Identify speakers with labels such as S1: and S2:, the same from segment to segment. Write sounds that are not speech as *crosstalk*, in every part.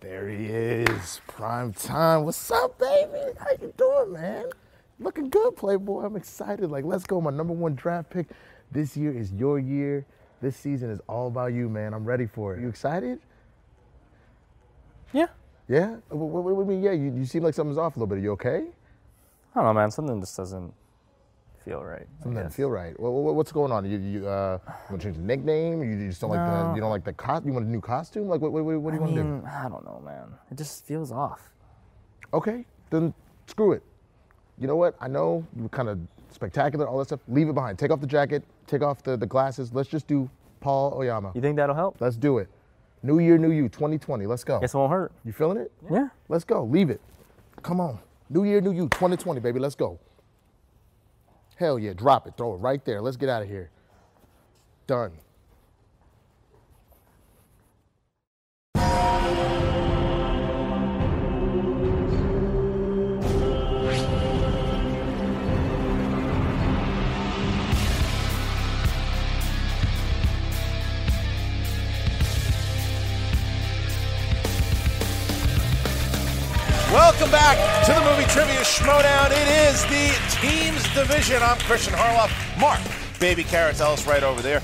S1: There he is, prime time. What's up, baby? How you doing, man? Looking good, Playboy. I'm excited. Like, let's go. My number one draft pick this year is your year. This season is all about you, man. I'm ready for it. You excited?
S2: Yeah.
S1: Yeah. What, what, what do you mean? Yeah. You, you seem like something's off a little bit. Are you okay?
S2: I don't know, man. Something just doesn't feel right. I
S1: Something doesn't
S2: guess.
S1: feel right. What, what- what's going on? You, you uh, want to change the nickname? You, you just don't like the you don't like the cost. You want a new costume? Like, what, what, what, what do you
S2: I
S1: want to do?
S2: mean, I don't know, man. It just feels off.
S1: Okay, then screw it. You know what? I know you were kind of spectacular, all that stuff. Leave it behind. Take off the jacket, take off the, the glasses. Let's just do Paul Oyama.
S2: You think that'll help?
S1: Let's do it. New year, new you, 2020. Let's go.
S2: Guess it won't hurt.
S1: You feeling it?
S2: Yeah.
S1: Let's go. Leave it. Come on. New year, new you, 2020, baby. Let's go. Hell yeah. Drop it. Throw it right there. Let's get out of here. Done.
S3: Welcome back to the Movie Trivia Schmodown. It is the teams division. I'm Christian Harloff. Mark, baby carrots, Ellis right over there.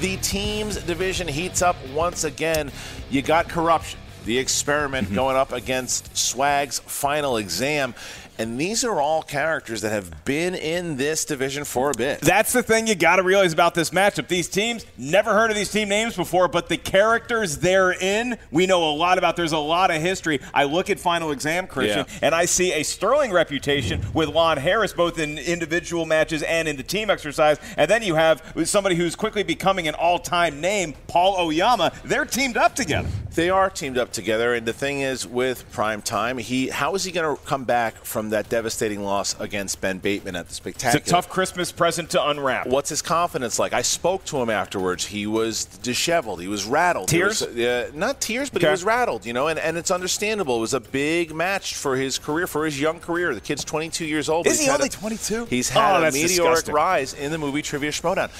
S3: The teams division heats up once again. You got corruption, the experiment going up against Swag's final exam. And these are all characters that have been in this division for a bit.
S4: That's the thing you got to realize about this matchup. These teams, never heard of these team names before, but the characters they're in, we know a lot about. There's a lot of history. I look at Final Exam, Christian,
S3: Yeah.
S4: and I see a sterling reputation with Lon Harris, both in individual matches and in the team exercise. And then you have somebody who's quickly becoming an all time name, Paul Oyama. They're teamed up together.
S3: They are teamed up together, and the thing is, with prime time, he how is he going to come back from that devastating loss against Ben Bateman at the
S4: It's a
S3: spectacular?
S4: tough Christmas present to unwrap.
S3: What's his confidence like? I spoke to him afterwards. He was disheveled. He was rattled. There
S4: Tears?
S3: was, uh, not tears, but he
S4: Okay.
S3: was rattled. You know, and, and it's understandable. It was a big match for his career, for his young career. The kid's 22 years old.
S4: Is
S3: He's
S4: he
S3: had
S4: only
S3: a-
S4: 22?
S3: He's
S4: Oh,
S3: had a
S4: that's
S3: meteoric
S4: disgusting.
S3: rise in the movie Trivia Schmodown.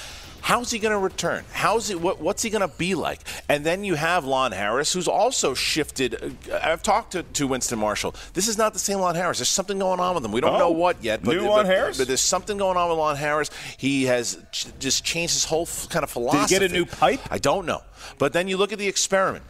S3: How's he going to return? How's he? What, what's he going to be like? And then you have Lon Harris, who's also shifted. uh, I've talked to, to Winston Marshall. This is not the same Lon Harris. There's something going on with him. We don't
S4: Oh,
S3: know what yet. But,
S4: new Lon
S3: but-
S4: Harris?
S3: But there's something going on with Lon Harris. He has ch- just changed his whole f- kind of
S4: he
S3: philosophy.
S4: get a new pipe?
S3: I don't know. But then you look at the experiment.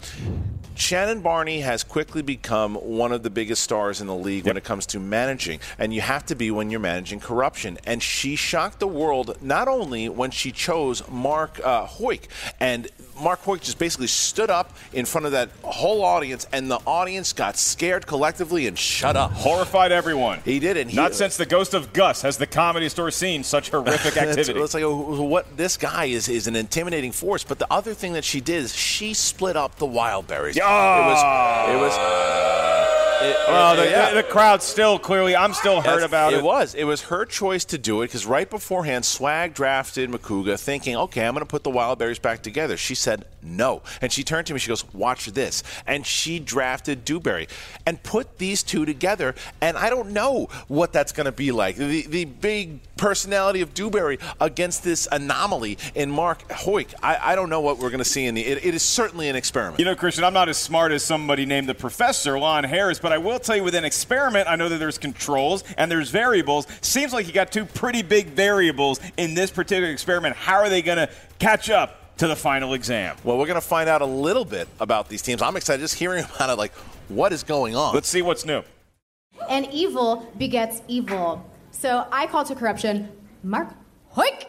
S3: Shannon Barney has quickly become one of the biggest stars in the league when it comes to managing, and you have to be when you're managing corruption. And she shocked the world not only when she chose Mark uh, Hoyk, and Mark Hoyk just basically stood up in front of that whole audience, and the audience got scared collectively and shut up.
S4: Horrified everyone.
S3: He did, and he-
S4: not
S3: *laughs*
S4: since the ghost of Gus has the comedy store seen such horrific activity.
S3: It's, it's like oh, what this guy is is an intimidating force. But the other thing that she did is she split up the Wildberries.
S4: Yeah.
S3: it was. It was. It,
S4: Well, the,
S3: it- Oh. yeah.
S4: the, the crowd still clearly. I'm still hurt
S3: That's-
S4: about it.
S3: was. It was her choice to do it because right beforehand, Swag drafted Makuga thinking, okay, I'm going to put the Wild Berries back together. She said no. And she turned to me. She goes, watch this. And she drafted Dewberry and put these two together. And I don't know what that's going to be like. The, the big personality of Dewberry against this anomaly in Mark Hoyk. I, I don't know what we're going to see in the. It, it is certainly an experiment.
S4: You know, Christian, I'm not as smart as somebody named the professor, Lon Harris, but I will tell you with an experiment, I know that there's controls and there's variables. Seems like you got two pretty big variables in this particular experiment. How are they going to catch up to the final exam?
S3: well, we're going to find out a little bit about these teams. I'm excited just hearing *laughs* about it. Like, what is going on?
S4: Let's see what's new.
S5: And evil begets evil. So I call to corruption Mark Hoik.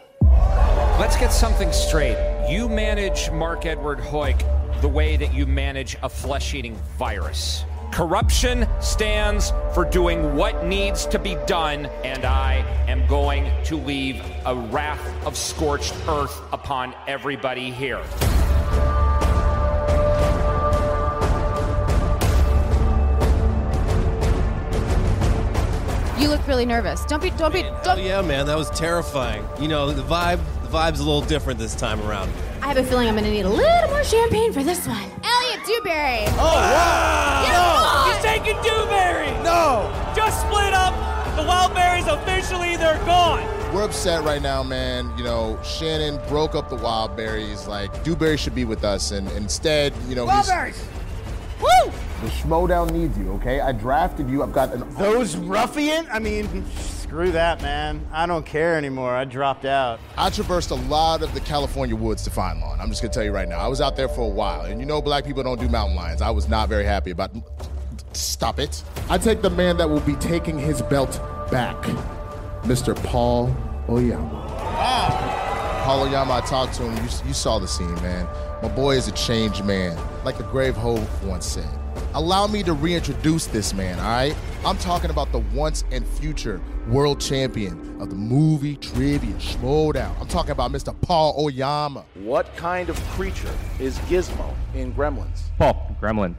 S6: Let's get something straight. You manage Mark Edward Hoyk the way that you manage a flesh eating virus. Corruption stands for doing what needs to be done, and I am going to leave a wrath of scorched earth upon everybody here.
S5: really nervous. Don't be, don't be,
S7: Hell
S5: don't.
S7: oh, yeah, man, that was terrifying. You know, the vibe, the vibe's a little different this time around.
S5: I have a feeling I'm gonna need a little more champagne for this one. Elliot Dewberry. Oh, wow.
S8: He's taking Dewberry! No! Just split up! The wild berries officially, they're gone!
S1: We're upset right now, man. You know, Shannon broke up the wild berries. Like, Dewberry should be with us, and instead, you know, he's.
S8: Woo!
S9: The Schmodown needs you, okay? I drafted you. I've got an.
S8: Those ruffian? I mean, *laughs* screw that, man. I don't care anymore. I dropped out.
S1: I traversed a lot of the California woods to find lawn. I'm just gonna tell you right now. I was out there for a while, and you know, black people don't do mountain lions. I was not very happy about. Stop it! I take the man that will be taking his belt back, Mr. Paul Oyama. Paul Oyama, I talked to him. You, you saw the scene, man. My boy is a changed man, like the Grave Hope once said. Allow me to reintroduce this man, all right? I'm talking about the once and future world champion of the movie trivia showdown. I'm talking about Mr. Paul Oyama.
S10: What kind of creature is Gizmo in Gremlins?
S11: Paul, Gremlin.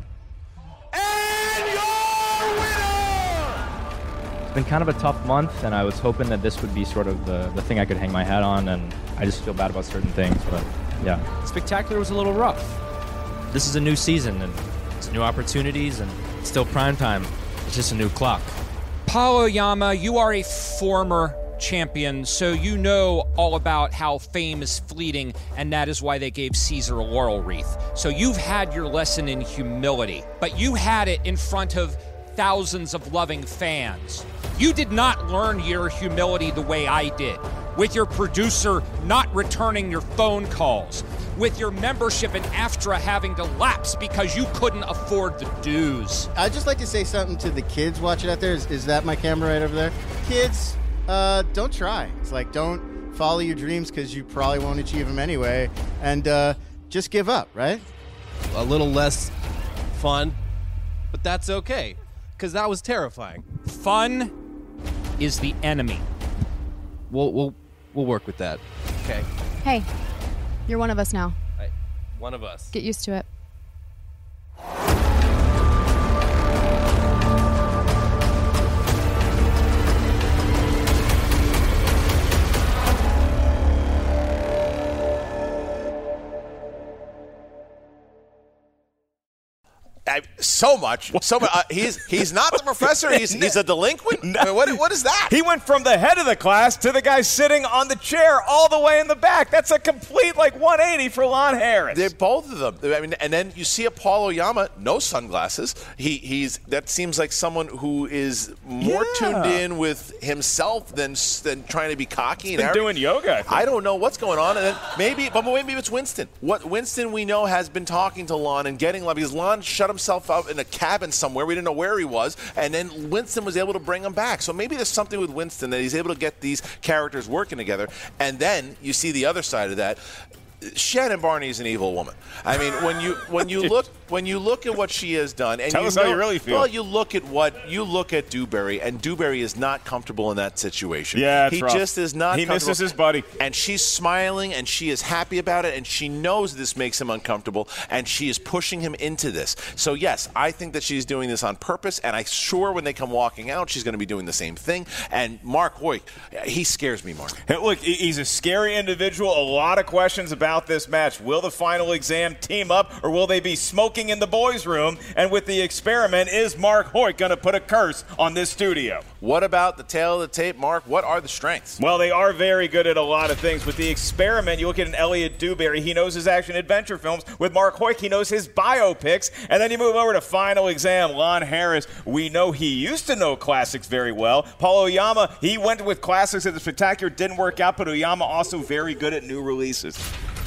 S10: And your winner!
S2: It's been kind of a tough month, and I was hoping that this would be sort of the, the thing I could hang my hat on, and I just feel bad about certain things, but yeah.
S12: Spectacular was a little rough. This is a new season and it's new opportunities and it's still prime time. It's just a new clock.
S6: Paolo Yama, you are a former champion, so you know all about how fame is fleeting, and that is why they gave Caesar a laurel wreath. So you've had your lesson in humility, but you had it in front of thousands of loving fans. You did not learn your humility the way I did, with your producer not returning your phone calls, with your membership in AFTRA having to lapse because you couldn't afford the dues.
S8: I'd just like to say something to the kids watching out there. Is, is that my camera right over there? Kids, uh, don't try. It's like, don't follow your dreams because you probably won't achieve them anyway. And uh, just give up, right?
S7: A little less fun, but that's okay, because that was terrifying.
S6: Fun is the enemy.
S7: We'll we'll we'll work with that. Okay,
S5: Hey, you're one of us now.
S7: one of us.
S5: Get used to it.
S3: I, so much, so much. Uh, he's he's not the professor. He's he's
S4: *laughs*
S3: a delinquent. I mean, what what is that?
S4: He went from the head of the class to the guy sitting on the chair all the way in the back. That's a complete like 180 for Lon Harris.
S3: They're both of them. I mean, and then you see Apollo Yama, no sunglasses. He he's that seems like someone who is more
S4: Yeah.
S3: tuned in with himself than s- than trying to be cocky. and
S4: been
S3: arrogant.
S4: doing yoga, I think.
S3: don't know what's going on, and then maybe, but maybe it's Winston. What Winston we know has been talking to Lon and getting love because Lon shut himself up in a cabin somewhere. We didn't know where he was, and then Winston was able to bring him back. So maybe there's something with Winston that he's able to get these characters working together. And then you see the other side of that. Shannon Barney is an evil woman. I mean, when you when you look when you look at what she has done, and
S4: Tell
S3: you
S4: us how
S3: know-
S4: you really feel.
S3: Well, you look at what you look at Dewberry, and Dewberry is not comfortable in that situation.
S4: Yeah, it's
S3: he
S4: rough.
S3: just is not.
S4: He misses
S3: comfortable.
S4: his buddy.
S3: and she's smiling, and she is happy about it, and she knows this makes him uncomfortable, and she is pushing him into this. So yes, I think that she's doing this on purpose, and I sure when they come walking out, she's going to be doing the same thing. And Mark Hoyt, he scares me, Mark.
S4: Hey, look, he- he's a scary individual. A lot of questions about this match. Will the final exam team up, or will they be smoking in the boys' room? And with the experiment, is Mark Hoyt going to put a curse on this studio?
S3: What about the tail of the tape, Mark? What are the strengths?
S4: Well, they are very good at a lot of things. With the experiment, you look at an Elliot Dewberry, he knows his action adventure films. With Mark Hoyk, he knows his biopics. And then you move over to Final Exam, Lon Harris. We know he used to know classics very well. Paul Oyama, he went with classics at the spectacular, didn't work out, but Oyama also very good at new releases.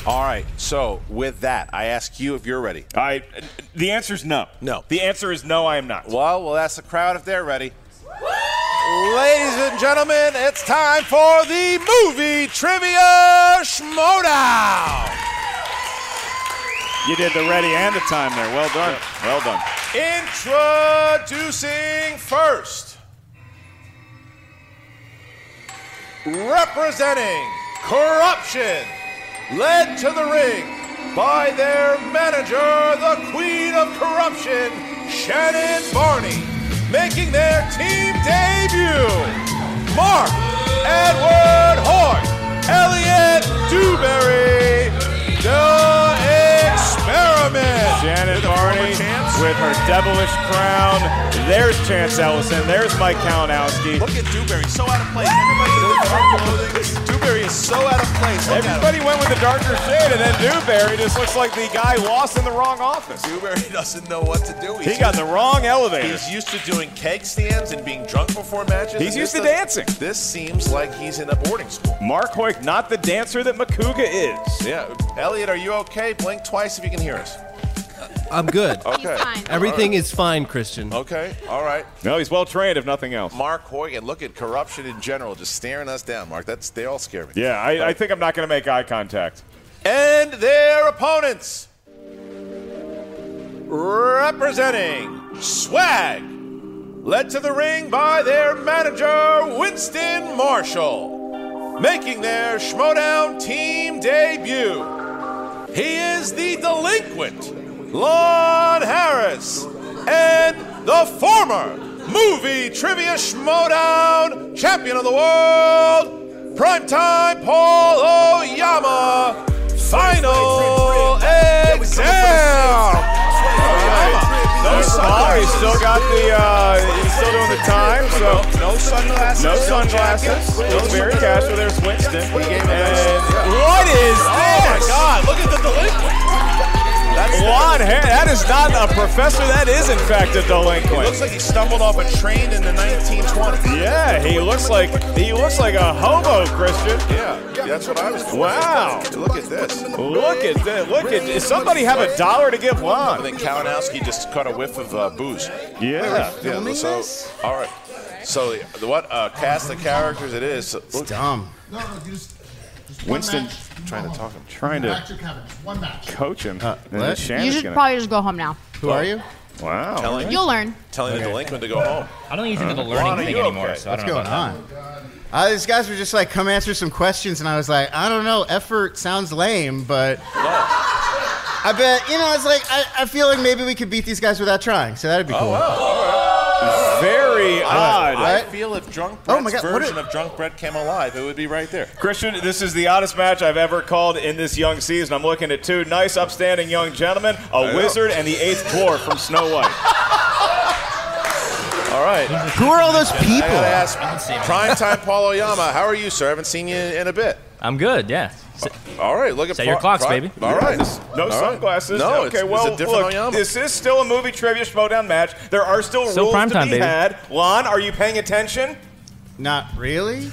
S3: All right. So with that, I ask you if you're ready.
S4: All right, the answer is no.
S3: No.
S4: The answer is no, I am not.
S3: Well, we'll ask the crowd if they're ready. Ladies and gentlemen, it's time for the movie trivia schmodown.
S4: You did the ready and the time there. Well done. Well done.
S3: Introducing first, representing corruption, led to the ring by their manager, the queen of corruption, Shannon Barney, making their team debut. Mark Edward Horn, Elliot Dewberry, the experiment.
S4: Janet Barney with her devilish crown. There's Chance Ellison. There's Mike Kalinowski.
S3: Look at Dewberry, so out of place. Everybody's in the Dewberry is so out of place. Look at him.
S4: Everybody went with the darker shade, and then Dewberry just looks like the guy lost in the wrong office.
S3: Dewberry *laughs* doesn't know what to do.
S4: He got the wrong elevator.
S3: He's used to doing keg stands and being drunk before matches.
S4: He's
S3: and
S4: used
S3: this
S4: to
S3: doesn't- This seems like he's in a boarding school.
S4: Mark Hoyk, not the dancer that Makuga is.
S3: Yeah. Elliot, are you okay? Blink twice if you can hear us.
S13: I'm good.
S4: *laughs*
S3: Okay. fine.
S13: Everything
S3: All right.
S13: is fine, Christian.
S3: Okay. All right.
S4: No, he's well trained, if nothing else.
S3: Mark Hoygan, look at corruption in general, just staring us down, Mark. That's they all scare me.
S4: Yeah, I, I think I'm not going to make eye contact.
S3: And their opponents representing swag, led to the ring by their manager, Winston Marshall, making their Schmodown team debut. He is the delinquent, Lon Harris, and the former movie trivia Schmodown champion of the world, primetime Paul Oyama. Final exam.
S4: No Paul, he's still got the, uh, he's still doing the time, so
S3: no sunglasses.
S4: No sunglasses. Looks very casual. There's Winston. And what is
S3: Oh my
S4: this?
S3: God! Look at the delinquent. That's
S4: Blonde hair. That is not a professor. That is, in fact, a
S3: He
S4: delinquent.
S3: looks like he stumbled off a train in the 1920s.
S4: Yeah, he looks like he looks like a hobo, Christian.
S3: Yeah, that's what I was doing.
S4: Wow.
S3: Look at this.
S4: Look at that. Look at does somebody have a dollar to give
S3: I
S4: Lon?
S3: think Kalinowski just caught a whiff of uh, booze.
S4: Yeah.
S3: yeah. So, all right. So, the- the, what uh, cast of characters it is? So, look,
S8: Dumb.
S1: No, no, you just. just
S4: Winston
S3: trying to talk him.
S4: trying
S1: Back
S4: to
S1: to Kevin. Just One match.
S4: coach him. And
S8: what?
S4: then Shannon's
S14: you should
S4: gonna-
S14: probably just go home now.
S8: Who are you?
S4: Wow.
S3: Telling,
S14: You'll learn.
S3: telling the delinquent to go home.
S15: I don't think he's into the learning
S3: Lon, are
S15: thing
S3: you
S15: anymore.
S3: okay?
S15: So I
S8: What's
S15: don't know
S8: going
S15: about
S8: on? Uh, these guys were just like, come answer some questions, and I was like, I don't know. Effort sounds lame, but I bet you know. It's like I, I feel like maybe we could beat these guys without trying, so that'd be cool.
S4: Very odd.
S3: I
S8: Right?
S3: feel if Drunk
S8: Oh
S3: Brett's
S8: my God, what
S3: version
S8: a-
S3: of Drunk Brett came alive, it would be right there.
S4: Christian, this is the oddest match I've ever called in this young season. I'm looking at two nice, upstanding young gentlemen, a
S3: know.
S4: wizard and the eighth dwarf from Snow White.
S3: All right.
S8: Who are all those
S3: I gotta
S8: people?
S3: ask, primetime Paul Oyama, how are you, sir? I haven't seen you in a bit. Uh,
S2: I'm good. Yeah. S-
S3: All right, look at
S2: Set your
S3: Paul-
S2: clocks, baby.
S3: All right,
S4: No
S3: All right.
S4: sunglasses.
S3: No,
S4: okay,
S3: it's,
S4: well,
S3: it's a different
S4: look,
S3: Oyama.
S4: this is still a movie trivia showdown match. There are still
S2: Still
S4: rules
S2: prime
S4: to
S2: time,
S4: be
S2: baby.
S4: had. Lon, are you paying attention?
S8: Not really.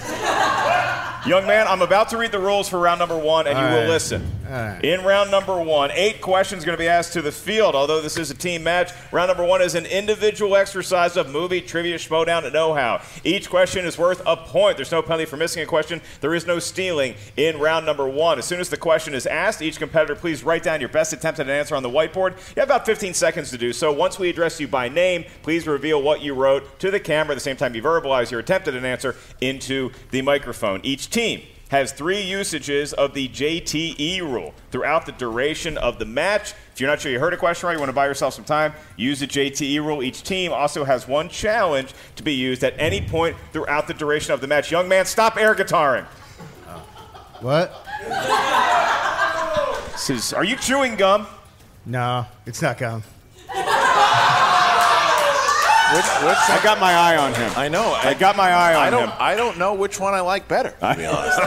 S4: Young man, I'm about to read the rules for round number one, and you will
S8: right.
S4: listen.
S8: right.
S4: In round number one, eight questions going to be asked to the field. Although this is a team match, round number one is an individual exercise of movie trivia showdown know-how. Each question is worth a point. There's no penalty for missing a question. There is no stealing in round number one. As soon as the question is asked, each competitor please write down your best attempt at an answer on the whiteboard. You have about 15 seconds to do so. Once we address you by name, please reveal what you wrote to the camera. At the same time, you verbalize your attempt at an answer into the microphone. Each team has three usages of the JTE rule throughout the duration of the match. If you're not sure you heard a question right, you want to buy yourself some time, use the JTE rule. Each team also has one challenge to be used at any point throughout the duration of the match. Young man, stop air guitaring.
S8: Uh, What?
S4: This is- are you chewing gum?
S8: No, it's not gum.
S3: Which- which-
S4: I got my eye on him.
S3: I know.
S4: I got my eye on
S3: I don't.
S4: him.
S3: I don't know which one I like better. To
S4: *laughs*
S3: be honest, uh,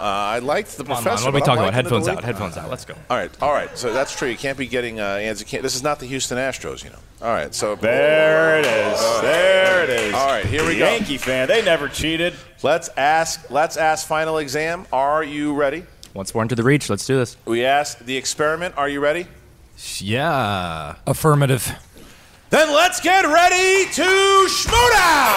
S3: I liked the
S2: Come on, Lon,
S3: professor.
S2: What are we
S3: but
S2: talking about?
S3: I'm liking
S2: Headphones
S3: the
S2: out.
S3: Delinquent.
S2: Headphones out. Let's go.
S3: All right, all right. So that's true. You can't be getting uh, Anza. Can't, this is not the Houston Astros, you know. All right. So
S4: There it is. There it is.
S3: All right, here we
S4: The
S3: go.
S4: Yankee fan. They never cheated.
S3: let's ask. Let's ask final exam. Are you ready?
S2: Once we're into the reach, let's do this.
S3: We asked the experiment. Are you ready?
S13: Yeah.
S15: Affirmative.
S3: Then let's get ready to schmoodown!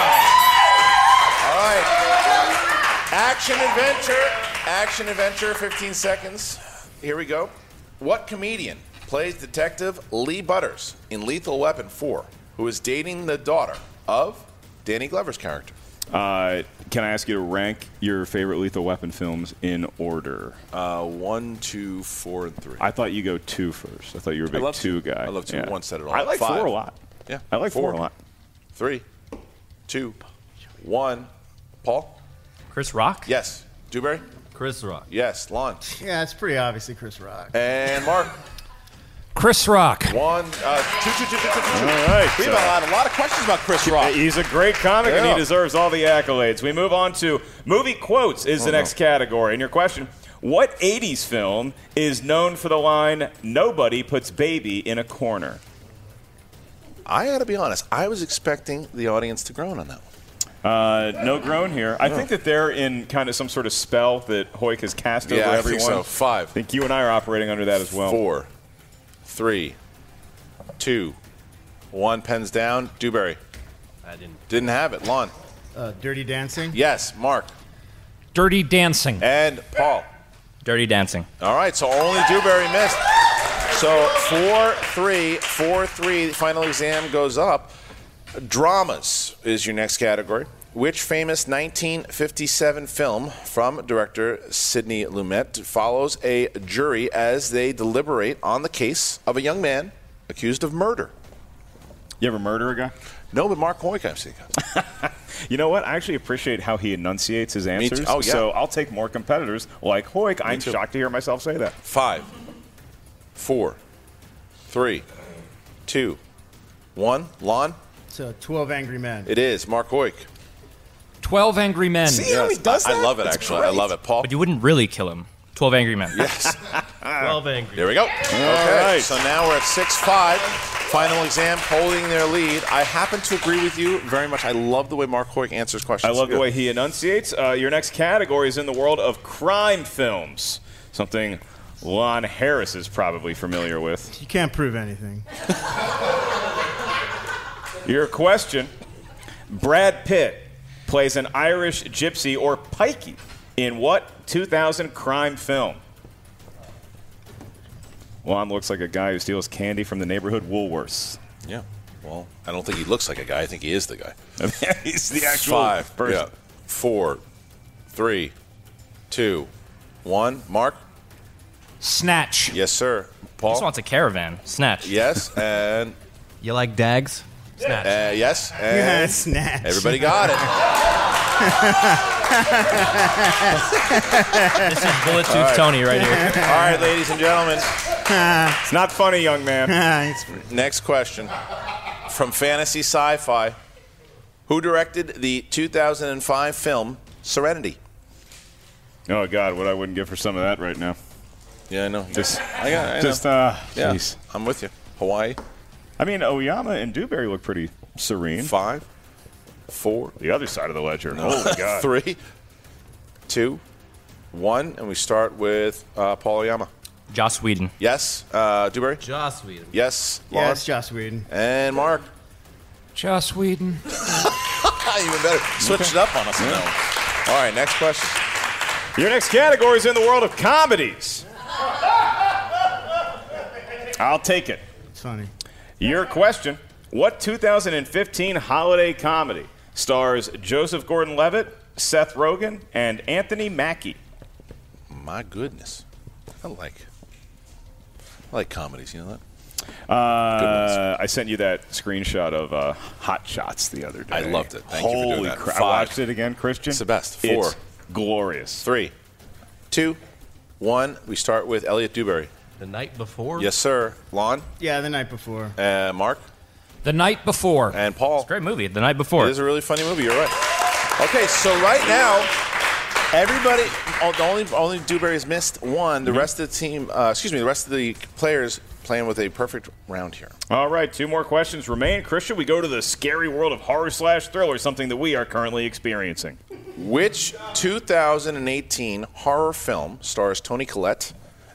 S3: All right. Action adventure. Action adventure, 15 seconds. Here we go. What comedian plays Detective Lee Butters in Lethal Weapon 4, who is dating the daughter of Danny Glover's character?
S4: Uh, can I ask you to rank your favorite Lethal Weapon films in order?
S3: Uh, one, two, four, and three.
S4: I thought you go two first. I thought you were a big
S3: love
S4: two,
S3: two.
S4: guy.
S3: I love two. One set it all
S4: I
S3: up.
S4: like
S3: Five.
S4: four a lot.
S3: Yeah.
S4: I like four,
S3: Four.
S4: a lot.
S3: Three, two, one. Paul?
S2: Chris Rock?
S3: Yes. Dewberry?
S2: Chris Rock.
S3: Yes. Lon?
S8: Yeah, it's pretty obviously Chris Rock.
S3: And Mark?
S6: Chris Rock.
S3: One, uh, two, two, two, two, two, two. All right. We've
S4: so-
S3: had a lot of questions about Chris Rock.
S4: He's a great comic and he
S3: Yeah.
S4: deserves all the accolades. We move on to movie quotes is the
S3: Oh, no.
S4: next category. And your question, what 80s film is known for the line nobody puts baby in a corner?
S3: I got to be honest. I was expecting the audience to groan on that one.
S4: Uh, no groan here. I
S3: No.
S4: think that they're in kind of some sort of spell that Hoik has cast
S3: Yeah,
S4: over
S3: I think
S4: everyone.
S3: so. Five.
S4: I think you and I are operating under that as well.
S3: Four, three, two, one. Pens down. Dewberry. I didn't. Didn't have it. Lon.
S8: Uh, Dirty Dancing.
S3: Yes. Mark.
S15: Dirty Dancing.
S3: And Paul.
S2: Dirty Dancing.
S3: All right. So only Dewberry missed. So four, three, four, three. Final exam goes up. Dramas is your next category. Which famous 1957 film from director Sidney Lumet follows a jury as they deliberate on the case of a young man accused of murder?
S4: You ever murder a guy?
S3: No, but Mark Hoyk, I've seen.
S4: *laughs* You know what? I actually appreciate how he enunciates his
S3: Me too.
S4: answers.
S3: Oh, yeah.
S4: So I'll take more competitors like Hoik. I'm
S3: too.
S4: shocked to hear myself say that.
S3: Five, four, three, two, one. Lon,
S8: So 12 Uh, Angry Men.
S3: it is Mark Hoyk.
S15: 12 Angry Men.
S3: Yes, I, I love it, actually. I love it, Paul.
S2: But you wouldn't really kill him. 12 Angry Men. *laughs*
S3: Yes.
S2: 12 Angry
S3: There we go. okay.
S4: right.
S3: So now we're at 6 5. Final exam holding their lead. I happen to agree with you very much. I love the way Mark Hoyk answers
S4: I
S3: questions.
S4: love the way he enunciates. Uh, your next category is in the world of crime films, something Lon Harris is probably familiar with.
S8: You can't prove anything. *laughs*
S4: Your question Brad Pitt plays an Irish gypsy or pikey in what 2000 crime film? Lon looks like a guy who steals candy from the neighborhood Woolworths.
S3: Yeah. Well, I don't think he looks like a guy. I think he is the guy.
S4: *laughs* He's the actual
S3: Five,
S4: person.
S3: yeah, four, three, two, one. Mark?
S15: Snatch.
S3: Yes, sir. Paul?
S2: Just wants a caravan. Snatch. *laughs*
S3: Yes, and
S2: You like dags? Snatch.
S3: Uh, yes. And
S2: Yeah, snatch.
S3: Everybody got it.
S2: *laughs* this is Bullet
S3: All
S2: Tooth Tony right here.
S3: All right, ladies and gentlemen.
S4: it's not funny, young man.
S3: Next question from Fantasy Sci Fi Who directed the 2005 film Serenity?
S4: Oh God, what I wouldn't give for some of that right now.
S3: Yeah, I know.
S4: Just,
S3: I got- I
S4: just,
S3: know.
S4: uh,
S3: Yeah,
S4: jeez.
S3: I'm with you. Hawaii.
S4: I mean, Oyama and Dewberry look pretty serene.
S3: Five, four.
S4: The other side of the ledger. Oh
S3: *laughs*
S4: my God.
S3: Three, two, one. And we start with uh, Paul Oyama.
S2: Joss Whedon.
S3: Yes. Uh, Dewberry?
S2: Joss Whedon.
S3: Yes.
S8: Yeah,
S3: Lauren?
S8: it's Joss Whedon.
S3: And Mark.
S15: Joss Whedon.
S3: *laughs* Even better. Switched it up on us. No. All right, next question.
S4: Your next category is in the world of comedies. I'll take it.
S8: It's funny.
S4: Your question: What 2015 holiday comedy stars Joseph Gordon-Levitt, Seth Rogen, and Anthony Mackie?
S3: My goodness. I like I like comedies, you know that?
S4: Uh, I sent you that screenshot of uh, Hot Shots the other day.
S3: I loved it. Thank you for
S4: Holy
S3: doing that.
S4: crap! I
S3: Five.
S4: watched it again, Christian.
S3: It's the best. Four.
S4: It's glorious.
S3: Three, two, one. We start with Elliot Dewberry.
S2: The night before?
S3: Yes, sir. Lon,
S8: Yeah, the night before.
S3: uh, Mark,
S15: The Night Before.
S3: and Paul.
S2: Great movie. The night before.
S3: It is a really funny movie. You're right. Okay, so right now, everybody, oh, the only only Dewberry's missed one. The rest of the team, uh, excuse me, the rest of the players playing with a perfect round here.
S4: All right, two more questions remain. Christian, we go to the scary world of horror slash thriller, something that we are currently experiencing.
S3: Which 2018 horror film stars Tony Collette,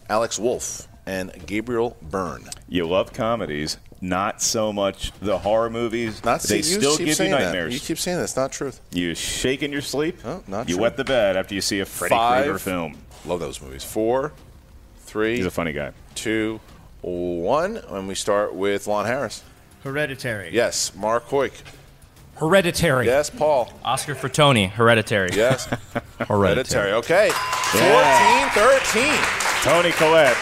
S3: Alex Wolf, and Gabriel Byrne?
S4: You love comedies, not so much the horror movies.
S3: Not
S4: they
S3: see, you
S4: still
S3: keep
S4: give you
S3: saying that.
S4: nightmares.
S3: You keep saying that's not truth.
S4: You shake in your sleep.
S3: Oh, not
S4: you
S3: true.
S4: wet the bed after you see a Freddy
S3: Five.
S4: Krueger film.
S3: Love those movies. Four, three,
S4: He's a funny guy.
S3: two, one, and we start with Lon Harris.
S8: Hereditary.
S3: Yes, Mark Hoyk.
S15: Hereditary.
S3: Yes, Paul.
S2: Oscar for Tony. Hereditary.
S3: Yes.
S2: *laughs* Hereditary.
S3: Okay.
S4: Yeah.
S3: Fourteen, thirteen.
S4: Tony Collette.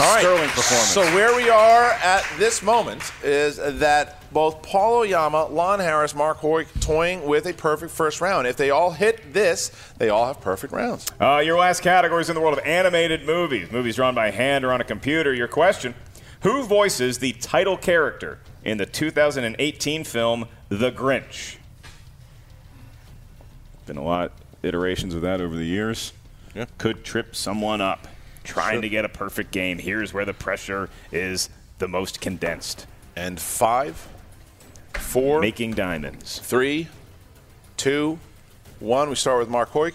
S3: All right.
S16: Sterling performance.
S3: So where we are at this moment is that both Paul Oyama, Lon Harris, Mark Hoyk toying with a perfect first round. If they all hit this, they all have perfect rounds.
S4: Uh, your last category is in the world of animated movies, movies drawn by hand or on a computer. Your question Who voices the title character in the 2018 film The Grinch? Been a lot iterations of that over the years. Could trip someone up trying to get a perfect game. Here's where the pressure is the most condensed.
S3: And five, four,
S4: making diamonds.
S3: Three, two, one. We start with Mark Hoyk.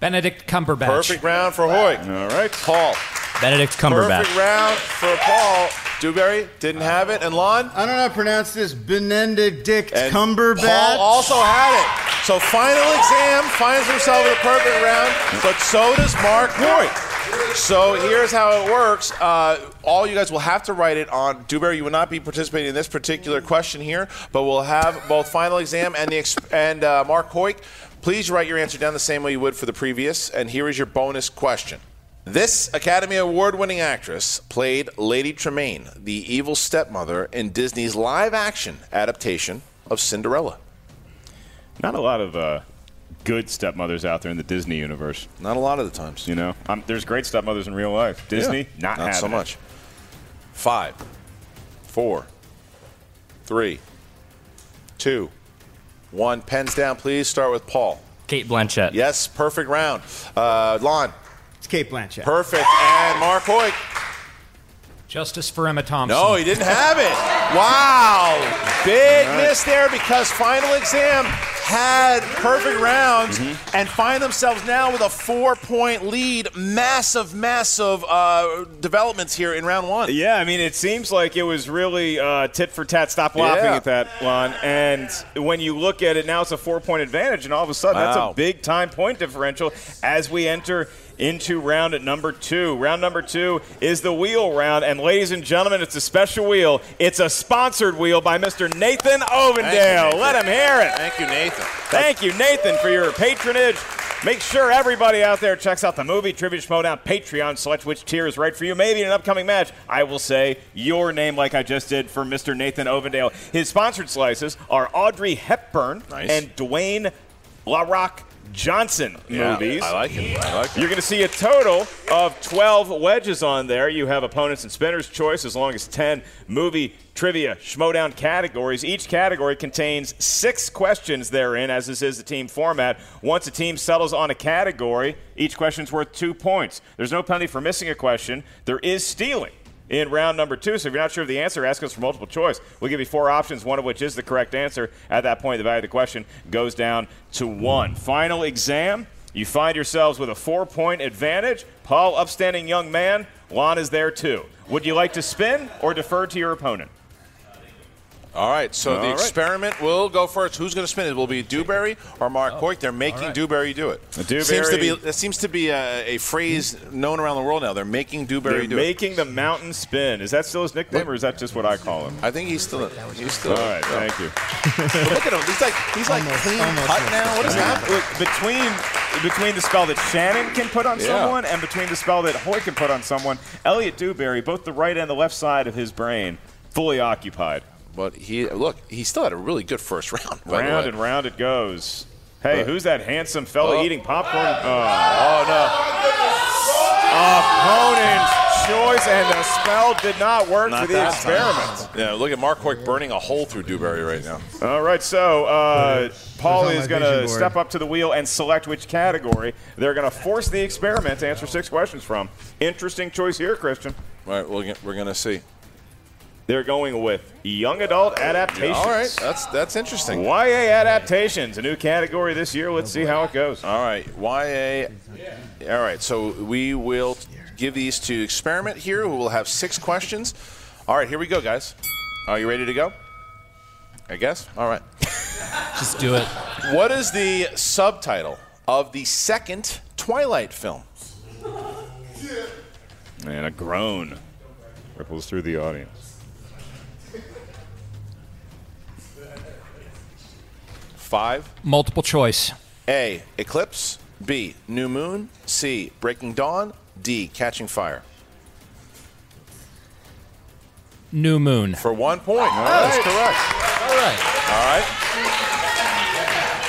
S6: Benedict Cumberbatch.
S3: Perfect round for Hoyk. All right. Paul.
S2: Benedict Cumberbatch.
S3: Perfect round for Paul. Dewberry didn't have it. And Lon?
S8: I don't know how to pronounce this. Benedict Cumberbatch.
S3: Paul also had it. So final exam finds himself in the perfect round, but so does Mark Hoyt. So here's how it works. Uh, all you guys will have to write it on. Dewberry, you will not be participating in this particular question here, but we'll have both final exam and the exp- and uh, Mark Hoyt. Please write your answer down the same way you would for the previous. And here is your bonus question. This Academy Award winning actress played Lady Tremaine, the evil stepmother, in Disney's live action adaptation of Cinderella.
S4: Not a lot of uh, good stepmothers out there in the Disney universe.
S3: Not a lot of the times.
S4: You know, um, there's great stepmothers in real life. Disney,
S3: Yeah,
S4: not
S3: not so
S4: having it.
S3: much. Five, four, three, two, one. Pens down, please. Start with Paul.
S2: Kate Blanchett.
S3: Yes, perfect round. Uh, Lon.
S8: It's Kate Blanchett.
S3: Perfect. And Mark Hoyt.
S6: Justice for Emma Thompson.
S3: No, he didn't have it. Wow. Big miss there because final exam had perfect rounds
S4: Mm-hmm.
S3: and find themselves now with a four point lead. Massive, massive uh, developments here in round one.
S4: Yeah, I mean, it seems like it was really uh, tit for tat, stop laughing
S3: Yeah.
S4: at that, Lon. And when you look at it now, it's a four point advantage, and all of a sudden,
S3: Wow.
S4: that's a big time point differential as we enter into round at number two. Round number two is the wheel round, and ladies and gentlemen, it's a special wheel. It's a sponsored wheel by Mr. Nathan Ovendale.
S3: Nathan.
S4: Let him hear it.
S3: Thank you, Nathan.
S4: Thank you, Nathan, for your patronage. Make sure everybody out there checks out the movie Trivia Showdown Patreon. Select which tier is right for you. Maybe in an upcoming match, I will say your name like I just did for Mr. Nathan Ovendale. His sponsored slices are Audrey Hepburn and Dwayne LaRock Johnson
S3: Yeah,
S4: movies.
S3: I like it. I like it.
S4: You're going to see a total of 12 wedges on there. You have opponents and spinners choice as long as 10 movie trivia schmodown categories. Each category contains six questions therein, as this is the team format. Once a team settles on a category, each question's worth two points. There's no penalty for missing a question. There is stealing in round number two. So if you're not sure of the answer, ask us for multiple choice. We'll give you four options, one of which is the correct answer. At that point, the value of the question goes down to one. Final exam. You find yourselves with a four point advantage. Paul, upstanding young man. Lon is there too. Would you like to spin or defer to your opponent?
S3: All right, so
S4: All
S3: the
S4: right.
S3: experiment will go first. Who's going to spin it? Will it be Dewberry or Mark
S4: Oh.
S3: Hoyt? They're making Dewberry do it.
S4: Dewberry-
S3: seems to be that seems to be a, a phrase known around the world now. They're making Dewberry
S4: They're
S3: do it.
S4: making the mountain spin. Is that still his nickname or is that just what I call him?
S3: I think he's still he's still.
S4: All right, thank you.
S3: But look at him. He's like he's like clean cut now. What is
S4: Yeah.
S3: happening?
S4: Look, between between the spell that Shannon can put on
S3: Yeah.
S4: someone and between the spell that Hoy can put on someone, Elliot Dewberry, both the right and the left side of his brain, fully occupied.
S3: But he look, he still had a really good first round. By the
S4: round
S3: way.
S4: and round it goes. Hey,
S3: Right.
S4: who's that handsome fella
S3: Oh.
S4: eating popcorn? Oh.
S3: Oh no!
S4: Opponent's choice, and the spell did not work
S3: Not
S4: for the
S3: that
S4: experiment.
S3: time. Yeah, look at Mark Hoyt burning a hole through Dewberry right now.
S4: All right, so uh, Paul
S8: It's on
S4: is
S8: my
S4: going
S8: vision
S4: to
S8: board.
S4: step up to the wheel and select which category they're going to force the experiment to answer six questions from. Interesting choice here, Christian.
S3: All right, we're gonna- we're gonna see.
S4: They're going with young adult adaptations.
S3: All right, that's that's interesting.
S4: YA adaptations, a new category this year. Let's
S8: Oh,
S4: see how it goes.
S3: All right, YA. All right, so we will give these to experiment here. We will have six questions. All right, here we go, guys. Are you ready to go? I guess. All right.
S2: *laughs* Just do it.
S3: What is the subtitle of the second Twilight film?
S4: And a groan ripples through the audience.
S3: Five.
S6: Multiple choice.
S3: A. Eclipse. B. New Moon. C. Breaking Dawn. D. Catching Fire.
S6: New Moon.
S3: For one point. All
S6: right.
S3: That's correct. All right.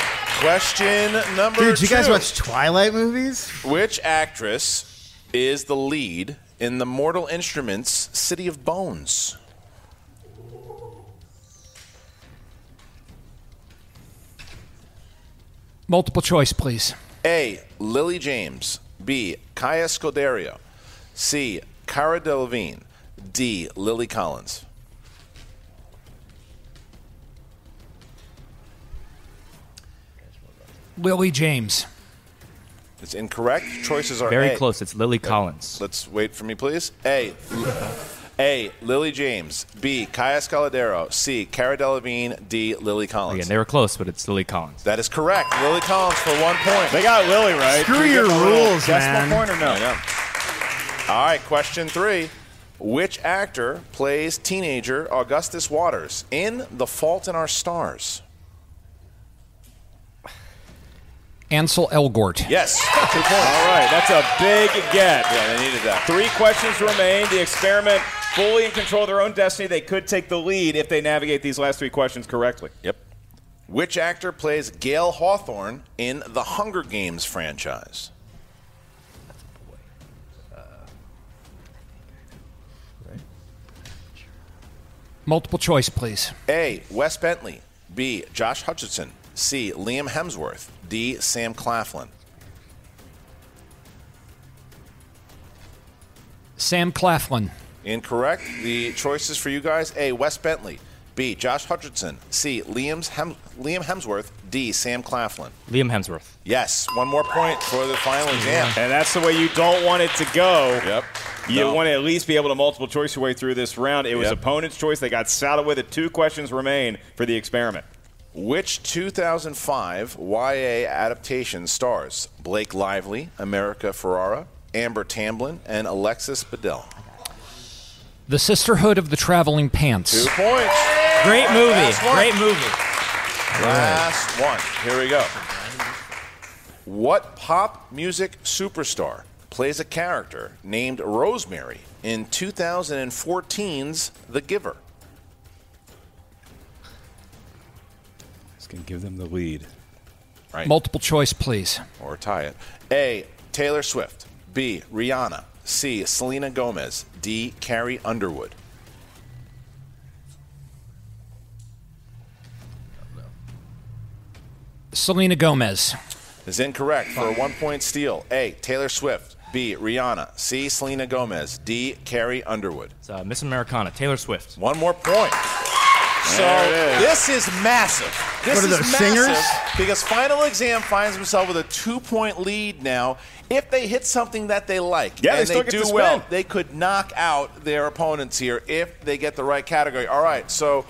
S3: All right. Question number
S8: Dude, you guys
S3: two.
S8: watch Twilight movies?
S3: Which actress is the lead in the Mortal Instruments City of Bones?
S6: Multiple choice, please.
S3: A. Lily James. B. Kaya Scuderia. C. Cara Delevingne. D. Lily Collins.
S6: Lily James.
S3: It's incorrect. Choices are
S2: Very
S3: A.
S2: close. It's Lily Collins.
S3: Let's wait for me, please. A. A. Lily James. B. Kaya Scalodero. C. Cara Delevingne. D. Lily Collins.
S2: Again, they were close, but it's Lily Collins.
S3: That is correct. Lily Collins for one point.
S4: They got Lily right. Screw We get your the little rules, decimal man. point or no?
S3: I know. All right, question three. Which actor plays teenager Augustus Waters in The Fault in Our Stars?
S6: Ansel Elgort.
S3: *laughs* Yes. Two points.
S4: All right, that's a big get.
S3: Yeah, they needed that.
S4: Three questions remain. The experiment fully in control of their own destiny. They could take the lead if they navigate these last three questions correctly.
S3: Yep. Which actor plays Gail Hawthorne in the Hunger Games franchise?
S6: Multiple choice, please.
S3: A. Wes Bentley. B. Josh Hutcherson. C. Liam Hemsworth. D. Sam Claflin.
S6: Sam Claflin.
S3: Incorrect. The choices for you guys: A. Wes Bentley, B. Josh Hutcherson, C. Liam's Hem- Liam Hemsworth, D. Sam Claflin.
S2: Liam Hemsworth.
S3: Yes, one more point for the final exam.
S4: And that's the way you don't want it to go.
S3: Yep.
S4: You
S3: No.
S4: want to at least be able to multiple choice your way through this round. It was
S3: Yep.
S4: opponent's choice. They got saddled with it. Two questions remain for the experiment.
S3: Which 2005 YA adaptation stars Blake Lively, America Ferrara, Amber Tamblyn, and Alexis Bledel?
S6: The Sisterhood of the Traveling
S3: Two
S6: Pants.
S3: points.
S6: Great movie.
S3: Last one.
S6: Great movie.
S3: Last one. Here we go. What pop music superstar plays a character named Rosemary in 2014's The Giver?
S4: This can give them the lead.
S3: Right.
S6: Multiple choice, please.
S3: Or tie it. A. Taylor Swift. B. Rihanna. C. Selena Gomez. D. Carrie Underwood.
S6: Selena Gomez.
S3: Is incorrect for a one point steal. A. Taylor Swift. B. Rihanna. C. Selena Gomez. D. Carrie Underwood.
S2: It's uh, Miss Americana. Taylor Swift.
S3: One more point. So
S2: There it is.
S3: this is massive. This
S2: What are
S3: is
S2: those,
S3: massive
S2: singers?
S3: because final exam finds himself with a two-point lead now. If they hit something that they like
S4: Yeah, they
S3: and
S4: still get
S3: do
S4: to spin.
S3: well, they could knock out their opponents here if they get the right category. All right, so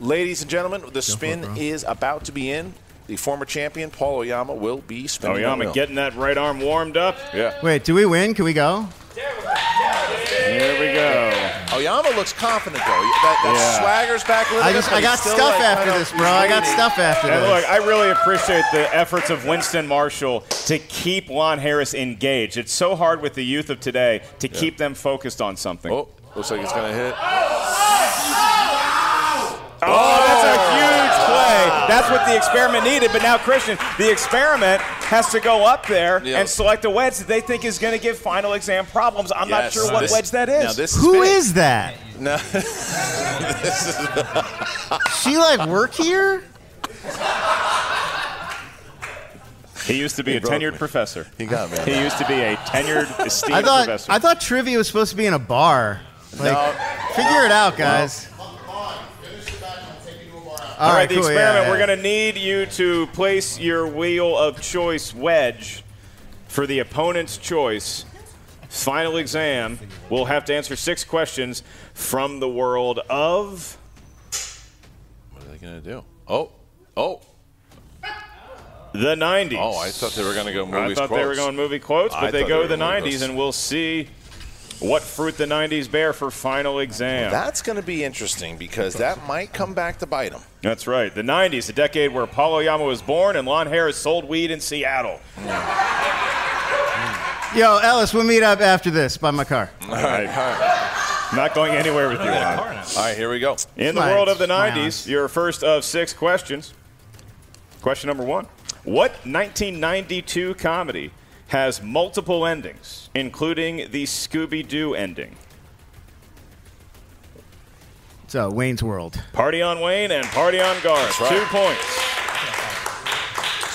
S3: ladies and gentlemen, the spin is about to be in. The former champion Paul Oyama will be spinning. the
S4: Oyama
S3: wheel.
S4: getting that right arm warmed up.
S3: Yeah.
S8: Wait, do we win? Can we go?
S4: There we go.
S3: Oyama looks confident though. That, that
S4: Yeah.
S3: swagger's back a little
S8: I
S3: bit,
S8: just-
S3: but
S8: I
S3: he's
S8: got
S3: still,
S8: stuff
S3: like,
S8: after
S3: kind of-
S8: this, bro. I got stuff after
S4: And
S8: this.
S4: look, I really appreciate the efforts of Winston Marshall to keep Lon Harris engaged. It's so hard with the youth of today to keep them focused on something.
S3: Oh, looks like it's gonna hit.
S4: Oh, that's a huge play. That's what the experiment needed. But now, Christian, the experiment has to go up there
S3: Yeah.
S4: and select a wedge that they think is going to give final exam problems. I'm not
S3: Yes.
S4: sure what
S3: This-
S4: wedge that is.
S3: now this
S8: Who
S3: big.
S8: is that?
S3: No. *laughs* this is *laughs*
S8: *laughs* She like work here?
S4: he used to be
S3: He
S4: a
S3: broke
S4: tenured
S3: me.
S4: professor.
S3: He got me.
S4: He used to be a tenured, esteemed
S8: *laughs* I thought
S4: professor.
S8: I thought trivia was supposed to be in a bar. Like, figure it out, guys.
S4: All right, the
S8: cool, yeah,
S4: experiment.
S8: yeah.
S4: We're going to need you to place your wheel of choice wedge for the opponent's choice. Final exam. We'll have to answer six questions from the world of.
S3: What are they gonna do? Oh, oh.
S4: The 90s.
S3: Oh, I thought they were gonna go
S4: I
S3: movies
S4: thought they were
S3: quotes.
S4: going movie quotes, but
S3: I
S4: they
S3: thought
S4: go
S3: they
S4: the
S3: were going
S4: 90s,
S3: those.
S4: and we'll see what fruit the 90s bear for final exam.
S3: That's going to be interesting because that might come back to bite them.
S4: That's right. The 90s, the decade where Paulo Yama was born and Lon Harris sold weed in
S3: *laughs*
S4: Seattle.
S8: Yo, Ellis, we'll meet up after this by my car.
S4: All right. Not going anywhere with you,
S3: Look
S4: Lon.
S3: at that car now.
S4: All right, here we go. In the
S3: Smile.
S4: world of the
S3: Smile.
S4: 90s, your first of six questions. Question number one What 1992 comedy has multiple endings, including the Scooby Doo ending?
S8: So uh, Wayne's World.
S4: Party on Wayne and Party on Garth.
S3: right.
S4: Two points.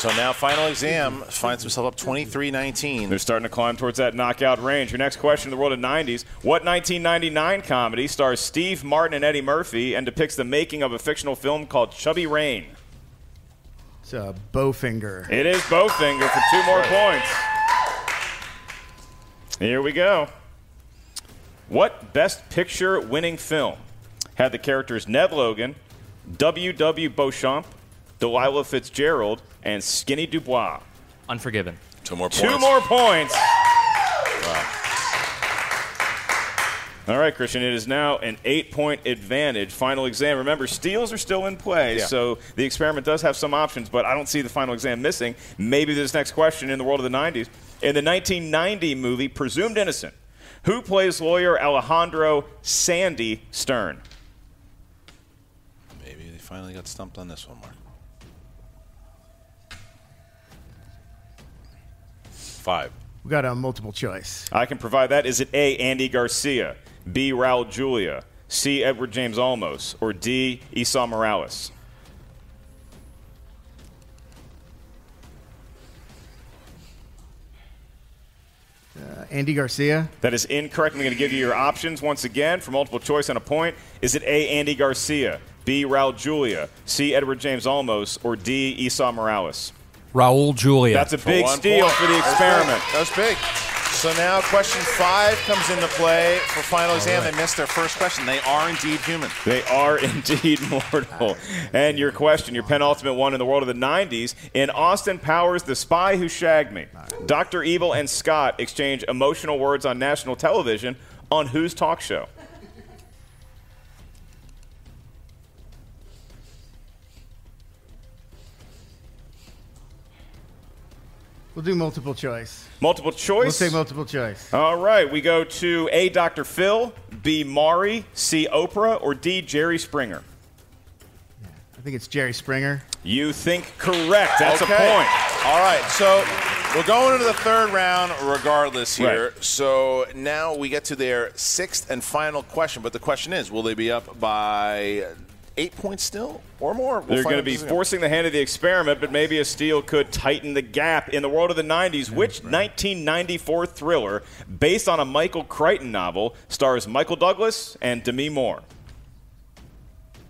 S3: So now final exam finds himself up 23-19.
S4: They're starting to climb towards that knockout range. Your next question in the world of 90s. What 1999 comedy stars Steve Martin and Eddie Murphy and depicts the making of a fictional film called Chubby Rain?
S8: It's a Bowfinger.
S4: It is Bowfinger for two more points. Here we go. What Best Picture winning film had the characters Ned Logan, W.W. Beauchamp, Delilah Fitzgerald, and Skinny Dubois?
S2: Unforgiven.
S3: Two more
S4: Two more points. All right, Christian, it is now an eight point advantage. Final exam. Remember, steals are still in play,
S3: Yeah.
S4: so the experiment does have some options, but I don't see the final exam missing. Maybe this next question in the world of the 90s. In the 1990 movie Presumed Innocent, who plays lawyer Alejandro Sandy Stern?
S3: Maybe they finally got stumped on this one, Mark. Five.
S8: We got a multiple choice.
S4: I can provide that. Is it A, Andy Garcia, B, Raul Julia, C, Edward James Olmos, or D, Esau Morales?
S8: Uh, Andy Garcia.
S4: That is incorrect. I'm going to give you your options once again for multiple choice and a point. Is it A, Andy Garcia, B, Raul Julia, C, Edward James Olmos, or D, Esau Morales?
S6: Raul Julia.
S4: That's a big steal for the
S3: That was
S4: experiment.
S3: big. That was big. So now question five comes into play for final exam. They missed their first question. They are indeed human.
S4: They are *laughs* indeed mortal. And your question, your penultimate one in the world of the 90s. In Austin Powers, The Spy Who Shagged Me, Dr. Evil and Scott exchange emotional words on national television on whose talk show?
S8: We'll do multiple choice.
S4: Multiple choice?
S8: We'll say multiple choice.
S4: All right, we go to A. Dr. Phil, B. Maury, C. Oprah, or D. Jerry Springer.
S8: I think it's Jerry Springer.
S4: You think correct. That's
S3: Okay.
S4: a point.
S3: All right, so we're going into the third round regardless here. So now we get to their sixth and final question. But the question is, will they be up by eight points still or more? We'll
S4: They're
S3: find
S4: going to
S3: out
S4: be
S3: just in a minute.
S4: forcing the hand of the experiment, but maybe a steal could tighten the gap. In the world of the 90s, which 1994 thriller, based on a Michael Crichton novel, stars Michael Douglas and Demi Moore?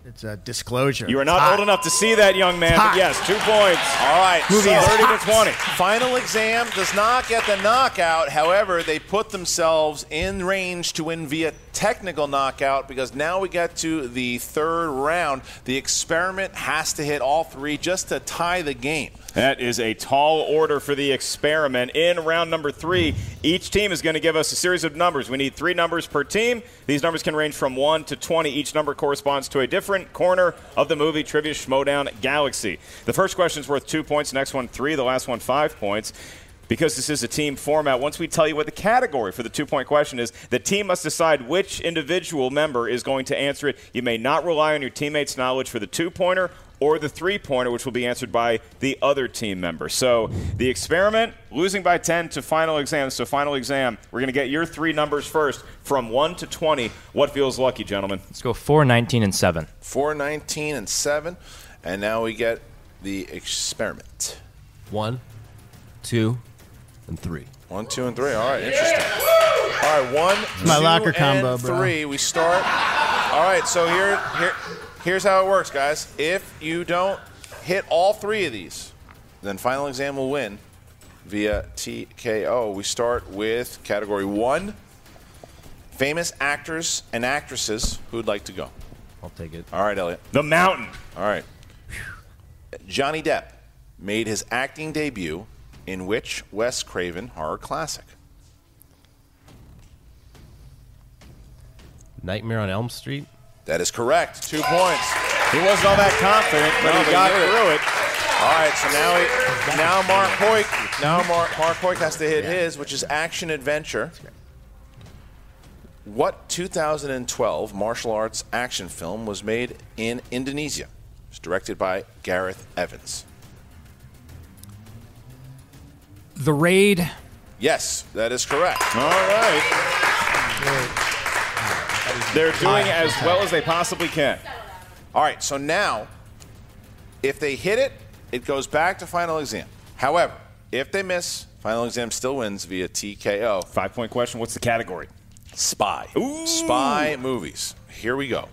S8: It's a disclosure.
S4: You are not old enough to see that, young man, but
S8: Hot.
S4: yes, two points.
S3: All right,
S4: Movie
S3: so
S4: is 30 to 20.
S3: Final exam does not get the knockout. However, they put themselves in range to win via technical knockout because now we get to the third round. The experiment has to hit all three just to tie the game.
S4: That is a tall order for the experiment. In round number three, each team is going to give us a series of numbers. We need three numbers per team. These numbers can range from 1 to 20. Each number corresponds to a different corner of the movie Trivia Schmodown Galaxy. The first question is worth two points, next one three, the last one five points. Because this is a team format, once we tell you what the category for the two point question is, the team must decide which individual member is going to answer it. You may not rely on your teammates' knowledge for the two pointer or the three pointer, which will be answered by the other team member. So the experiment, losing by 10 to final exam. So, final exam, we're going to get your three numbers first from 1 to 20. What feels lucky, gentlemen?
S2: Let's go 4, 19, and 7.
S3: 4, 19, and 7. And now we get the experiment.
S17: One, two, and three.
S3: 1, 2, and 3. All right, interesting. All right, 1,
S8: my
S3: two,
S8: locker
S3: and
S8: combo, bro.
S3: 3. We start. All right, so here, here, here's how it works, guys. If you don't hit all three of these, then final exam will win via TKO. We start with category 1 famous actors and actresses who would like to go.
S17: I'll take it.
S3: All right, Elliot.
S4: The Mountain.
S3: All right. Johnny Depp made his acting debut in which Wes Craven horror classic?
S17: Nightmare on Elm Street.
S3: That is correct. Two points.
S4: He wasn't all that confident, but
S3: No,
S4: he
S3: but
S4: got
S3: he did it.
S4: through it.
S3: All right, so now he, now Mark Hoyk now Mark Mark Hoyk has to hit his, which is action adventure. What 2012 martial arts action film was made in Indonesia? It's directed by Gareth Evans.
S6: The raid.
S3: Yes, that is correct. All right.
S4: They're doing as well as they possibly can.
S3: All right, so now, if they hit it, it goes back to final exam. However, if they miss, final exam still wins via TKO.
S4: Five point question what's the category?
S3: Spy. Spy movies. Here we go.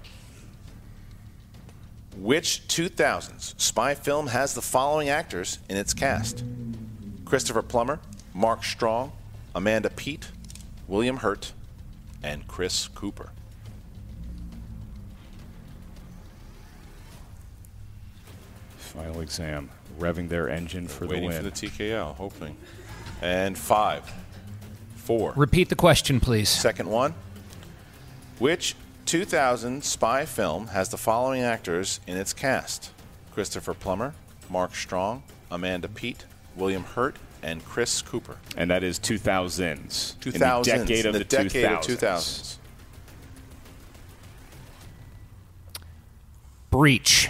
S3: Which 2000s spy film has the following actors in its cast? Christopher Plummer, Mark Strong, Amanda Peet, William Hurt, and Chris Cooper.
S4: Final exam, revving their engine for the
S3: Waiting
S4: win.
S3: for the TKO, hoping. And five, four,
S6: Repeat the question, please.
S3: Second one. Which 2000 spy film has the following actors in its cast? Christopher Plummer, Mark Strong, Amanda Peet, William Hurt, and Chris Cooper.
S4: and that is 2000s.
S3: 2000s.
S4: In the decade of
S3: in
S4: the,
S3: the decade
S4: 2000s.
S3: of 2000s.
S6: Breach.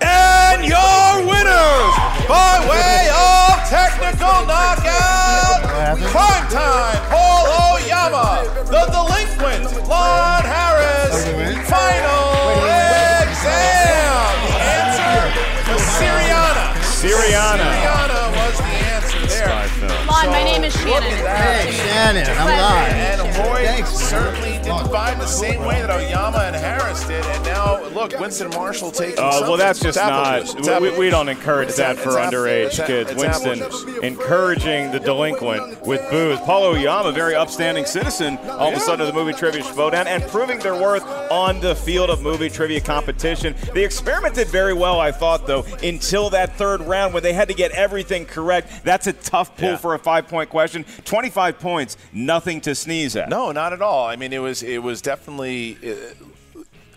S3: And your winners, by way of technical knockout, primetime Paul Oyama, the delinquent Lon Harris, final exam. Answer was Syriana.
S4: Syriana.
S3: Syriana was the answer there.
S5: Lon, my name is Shannon. Hey,
S8: Shannon, I'm
S3: And Lloyd certainly didn't vibe the same way that Oyama and Harris did. And now, look, Winston Marshall taking
S4: Oh, well,
S3: something.
S4: that's just
S3: It's apple juice.
S4: not.
S3: It's
S4: We,
S3: apple
S4: we- we
S3: juice.
S4: don't encourage
S3: It's
S4: that
S3: apple-
S4: for
S3: it's apple-
S4: underage
S3: it's apple-
S4: kids.
S3: it's apple juice.
S4: Winston encouraging the delinquent with booze. Paulo Yama, very upstanding citizen, all of a sudden of the movie trivia showdown and proving their worth on the field of movie trivia competition. They experimented very well, I thought, though, until that third round where they had to get everything correct. That's a tough pull
S3: Yeah.
S4: for a five point question. 25 points, nothing to sneeze at.
S3: No, not at all. I mean, it was it was definitely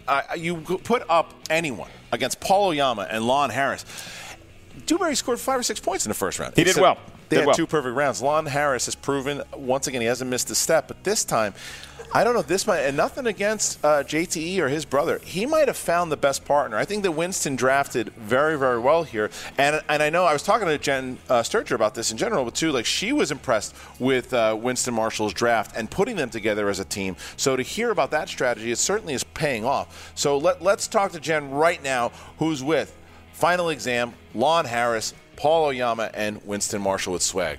S3: uh, I you put up anyone against Paul Oyama and Lon Harris. Dewberry scored five or six points in the first round.
S4: He did
S3: Except
S4: well.
S3: They
S4: Did
S3: had
S4: well.
S3: two perfect rounds. Lon Harris has proven once again he hasn't missed a step, but this time. I don't know. This might, and nothing against uh, JTE or his brother. He might have found the best partner. I think that Winston drafted very, very well here. And and I know I was talking to Jen uh, Sturger about this in general, but too, like she was impressed with uh, Winston Marshall's draft and putting them together as a team. So to hear about that strategy, it certainly is paying off. So let, let's talk to Jen right now, who's with Final exam, Lon Harris, Paul Oyama, and Winston Marshall with swag.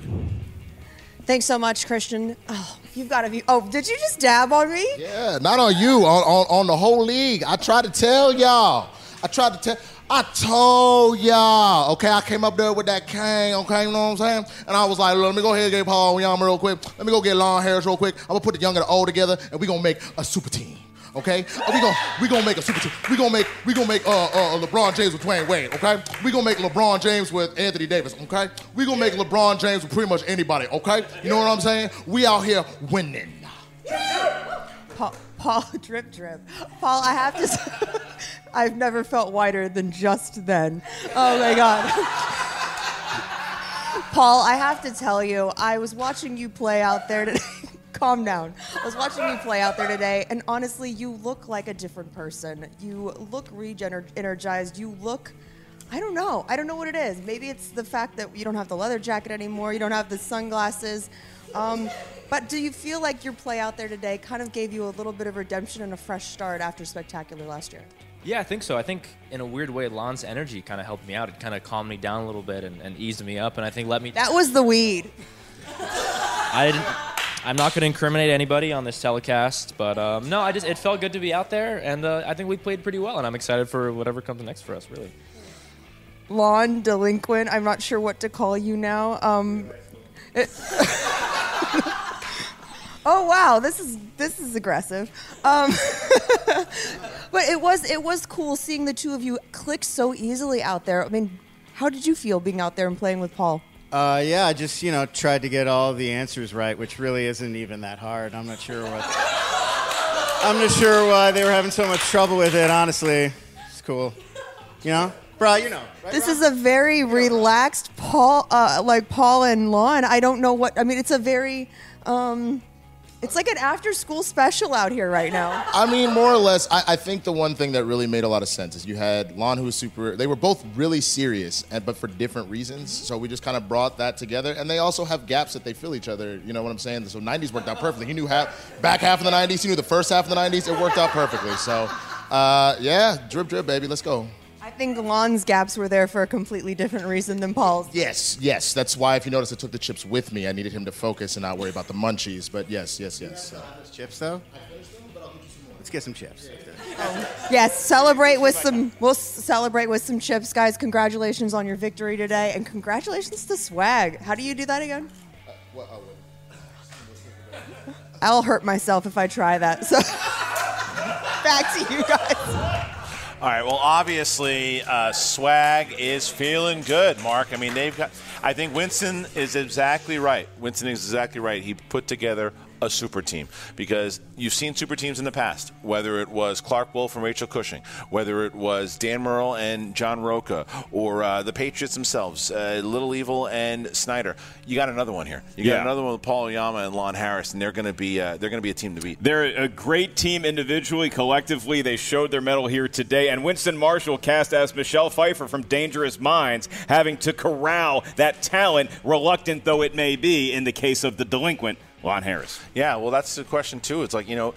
S18: Thanks so much, Christian. Oh, you've got to be. Oh, did you just dab on me?
S1: Yeah, not on you, on, on, on the whole league. I tried to tell y'all. I tried to tell. I told y'all, okay, I came up there with that cane, okay, you know what I'm saying? And I was like, let me go ahead and get Paul Yama real quick. Let me go get Lon Harris real quick. I'm gonna put the young and the old together, and we gonna make a super team, okay? we gonna we gonna make a super team. We gonna make we gonna make uh, uh, LeBron James with Dwayne Wade, okay? We gonna make LeBron James with Anthony Davis, okay? We gonna make LeBron James with pretty much anybody, okay? You know what I'm saying? We out here winning.
S18: Paul, Paul *laughs* drip drip. Paul, I have to. s- *laughs* I've never felt whiter than just then. Oh my God. *laughs* Paul, I have to tell you, I was watching you play out there today. *laughs* Calm down. I was watching you play out there today, and honestly, you look like a different person. You look re-energized. You look. I don't know. I don't know what it is. Maybe it's the fact that you don't have the leather jacket anymore. You don't have the sunglasses. Um, but do you feel like your play out there today kind of gave you a little bit of redemption and a fresh start after spectacular last year?
S2: Yeah, I think so. I think in a weird way, Lon's energy kind of helped me out. It kind of calmed me down a little bit and, and eased me up. And I think let me.
S18: That was the weed.
S2: I didn't. I'm not going to incriminate anybody on this telecast, but um, no, I just it felt good to be out there, and uh, I think we played pretty well, and I'm excited for whatever comes next for us. Really,
S18: lawn delinquent. I'm not sure what to call you now. Um, it- *laughs* oh wow, this is this is aggressive. Um, *laughs* but it was it was cool seeing the two of you click so easily out there. I mean, how did you feel being out there and playing with Paul?
S8: Uh, yeah, I just, you know, tried to get all the answers right, which really isn't even that hard. I'm not sure what. I'm not sure why they were having so much trouble with it, honestly. It's cool. You know? Bro, you know.
S18: This is a very relaxed Paul, uh, like Paul and Lon. I don't know what I mean. It's a very um, It's like an after school special out here right now.
S1: I mean, more or less, I, I think the one thing that really made a lot of sense is you had Lon who was super. They were both really serious, and but for different reasons. So we just kind of brought that together, and they also have gaps that they fill each other. You know what I'm saying? So '90s worked out perfectly. He knew half, back half of the '90s. He knew the first half of the '90s. It worked out perfectly. So, uh, yeah, drip drip, baby. Let's go.
S18: I think Lon's gaps were there for a completely different reason than Paul's.
S1: Yes, yes. That's why, if you notice, I took the chips with me. I needed him to focus and not worry about the munchies. But yes, yes, yes. So.
S8: Chips though. Let's get some chips.
S18: Yes, celebrate with some. We'll s- celebrate with some chips, guys. Congratulations on your victory today, and congratulations to Swag. How do you do that again? I'll hurt myself if I try that. So, *laughs* back to you guys.
S3: All right. Well, obviously, uh, Swag is feeling good, Mark. I mean, they've got. I think Winston is exactly right. Winston is exactly right. He put together a super team because you've seen super teams in the past, whether it was Clark Wolf and Rachel Cushing, whether it was Dan Merle and John Roca, or uh, the Patriots themselves, uh, Little Evil and Snyder. You got another one here. You got
S4: Yeah.
S3: another one with Paul Yama and Lon Harris, and they're going to be uh, they're going to be a team to beat.
S4: They're a great team individually, collectively. They showed their medal here today. And Winston Marshall cast as Michelle Pfeiffer from Dangerous Minds, having to corral that talent, reluctant though it may be, in the case of the delinquent, Lon Harris.
S3: Yeah, well, that's the question too. It's like you know,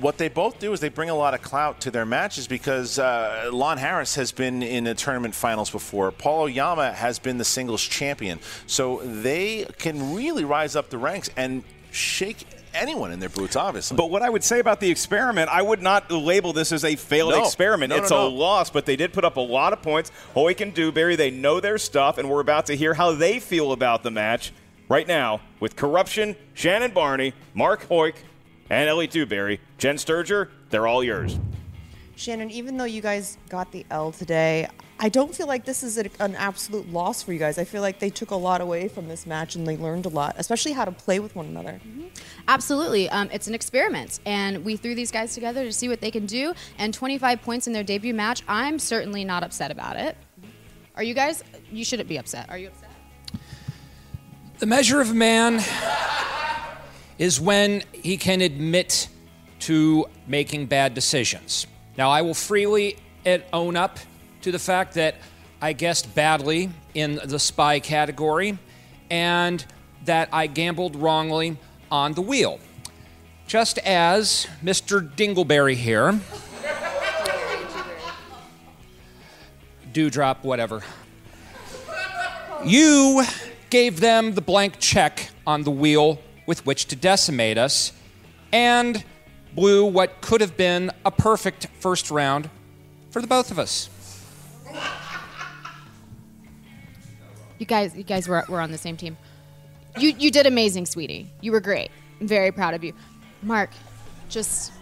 S3: what they both do is they bring a lot of clout to their matches because uh, Lon Harris has been in the tournament finals before. Paulo Yama has been the singles champion, so they can really rise up the ranks and shake anyone in their boots. Obviously,
S4: But what I would say about the experiment, I would not label this as a failed
S3: No.
S4: experiment.
S3: No, no,
S4: it's
S3: no.
S4: a loss, but they did put up a lot of points. Hoik and Dewberry, they know their stuff, and we're about to hear how they feel about the match right now with Corruption, Shannon Barney, Mark Hoik, and Ellie Dewberry. Jen Sturger, they're all yours.
S18: Shannon, even though you guys got the L today, I don't feel like this is a, an absolute loss for you guys. I feel like they took a lot away from this match and they learned a lot, especially how to play with one another.
S5: Absolutely. Um, it's an experiment. And we threw these guys together to see what they can do. And 25 points in their debut match, I'm certainly not upset about it. Are you guys? You shouldn't be upset. Are you upset?
S6: The measure of man is when he can admit to making bad decisions. Now, I will freely ad- own up to the fact that I guessed badly in the spy category and that I gambled wrongly on the wheel. Just as Mr. Dingleberry here, dewdrop, whatever, you gave them the blank check on the wheel with which to decimate us and blew what could have been a perfect first round for the both of us.
S5: You guys, you guys were, were on the same team. You you did amazing, sweetie. You were great. I'm very proud of you. Mark, just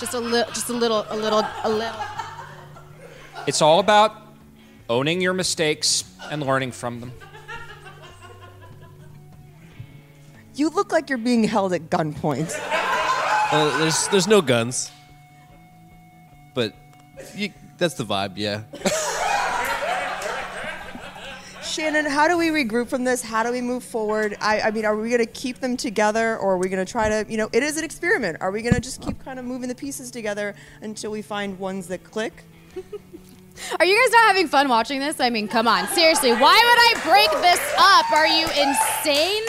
S5: just a little, just a little, a little, a little.
S6: It's all about owning your mistakes and learning from them.
S18: You look like you're being held at gunpoint.
S17: Uh, there's there's no guns, but you, that's the vibe. Yeah.
S18: Shannon, how do we regroup from this? How do we move forward? I, I mean, are we going to keep them together or are we going to try to, you know, it is an experiment. Are we going to just keep kind of moving the pieces together until we find ones that click?
S5: Are you guys not having fun watching this? I mean, come on. Seriously, why would I break this up? Are you insane?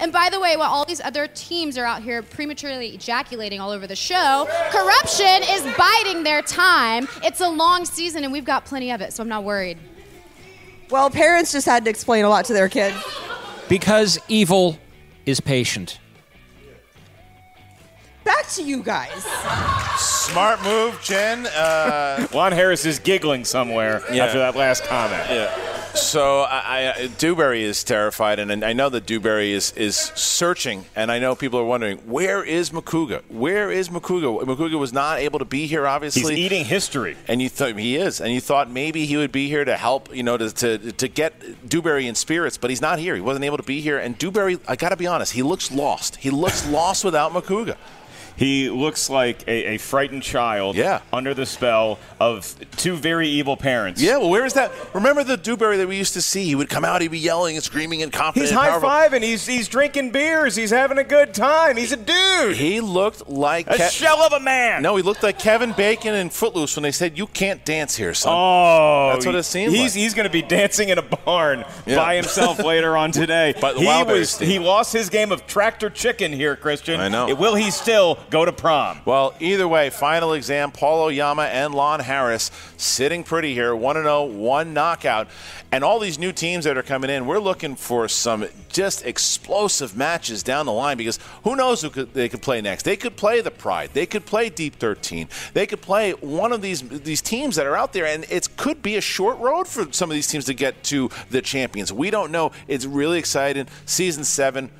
S5: And by the way, while all these other teams are out here prematurely ejaculating all over the show, corruption is biding their time. It's a long season and we've got plenty of it, so I'm not worried.
S18: Well, parents just had to explain a lot to their kids.
S6: Because evil is patient.
S18: Back to you guys.
S3: Smart move, Jen.
S4: *laughs*
S3: Uh,
S4: Lon Harris is giggling somewhere
S3: Yeah.
S4: after that last comment.
S3: Yeah. So I, I, Dewberry is terrified, and, and I know that Dewberry is, is searching, and I know people are wondering where is Makuga? Where is Makuga? Makuga was not able to be here, obviously.
S4: He's eating history,
S3: and you thought he is, and you thought maybe he would be here to help, you know, to, to to get Dewberry in spirits, but he's not here. He *laughs* wasn't able to be here, and Dewberry, I got to be honest, he looks lost. He looks lost without Makuga.
S4: He looks like a, a frightened child under the spell of two very evil parents.
S3: Yeah, well, where is that? Remember the Dewberry that we used to see? He would come out, he'd be yelling and screaming and confident.
S4: He's
S3: and
S4: high
S3: powerful.
S4: fiving. He's he's drinking beers. He's having a good time. He's a dude.
S3: He looked like
S4: a shell of a man.
S3: No, he looked like Kevin Bacon in Footloose when they said, You can't dance here, son.
S4: Oh,
S3: That's what it seemed
S4: He's
S3: like.
S4: he's going to be dancing in a barn
S3: *laughs* Yeah.
S4: by
S3: *laughs*
S4: himself later on today.
S3: By the
S4: he
S3: Wildberries
S4: was
S3: team.
S4: he lost his game of tractor chicken here, Christian.
S3: I know.
S4: Will he still go to prom?
S3: Well, either way, final exam, Paulo Yama and Lon Harris sitting pretty here, 1 0, one knockout. And all these new teams that are coming in, we're looking for some just explosive matches down the line because who knows who could, they could play next. They could play the Pride. They could play Deep 13. They could play one of these these teams that are out there and it could be a short road for some of these teams to get to the champions. We don't know. It's really exciting. Season 7,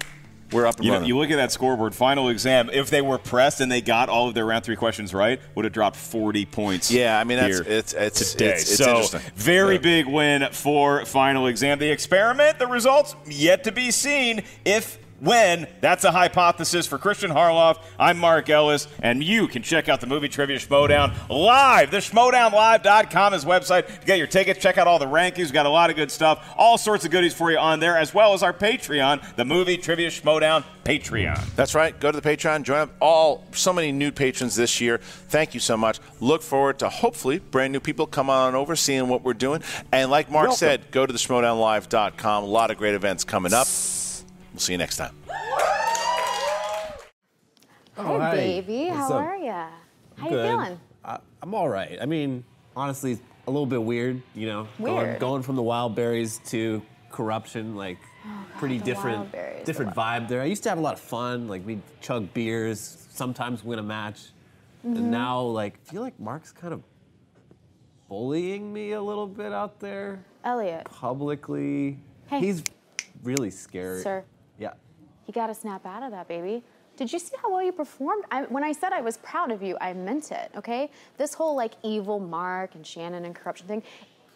S3: we're up and
S4: You, know,
S3: running.
S4: you look at that scoreboard, final exam. If they were pressed and they got all of their round three questions right, would have dropped 40 points.
S3: Yeah, I mean, that's-
S4: here
S3: it's- it's-
S4: today.
S3: it's- it's
S4: so
S3: interesting.
S4: very big win for final exam. The experiment, the results yet to be seen. If when that's a hypothesis for Christian Harloff. I'm Mark Ellis, and you can check out the movie Trivia Schmodown live. The SchmodownLive.com is website to get your tickets. Check out all the rankings. We've got a lot of good stuff, all sorts of goodies for you on there, as well as our Patreon, the movie Trivia Schmodown Patreon.
S3: That's right. Go to the Patreon. Join up. All so many new patrons this year. Thank you so much. Look forward to hopefully brand new people come on over, seeing what we're doing. And like Mark
S4: Welcome.
S3: said, go to the SchmodownLive.com. A lot of great events coming up. We'll see you next time.
S5: Hey,
S7: Oh, Hi.
S5: baby.
S7: What's
S5: How
S7: up?
S5: are ya? How
S7: Good.
S5: you feeling?
S7: I, I'm all right. I mean, honestly, it's a little bit weird, you know,
S5: Weird.
S7: Going, going from the wild berries to corruption, like pretty
S5: Oh, the
S7: different,
S5: wild berries, the
S7: different vibe there. I used to have a lot of fun, like we'd chug beers, sometimes win a match,
S5: Mhm.
S7: and now like I feel like Mark's kind of bullying me a little bit out there
S5: Elliot,
S7: publicly.
S5: Hey.
S7: He's really scary.
S5: Sir.
S7: Yeah.
S5: you gotta snap out of that, baby. Did you see how well you performed? I, when I said I was proud of you, I meant it, okay? This whole like evil Mark and Shannon and corruption thing,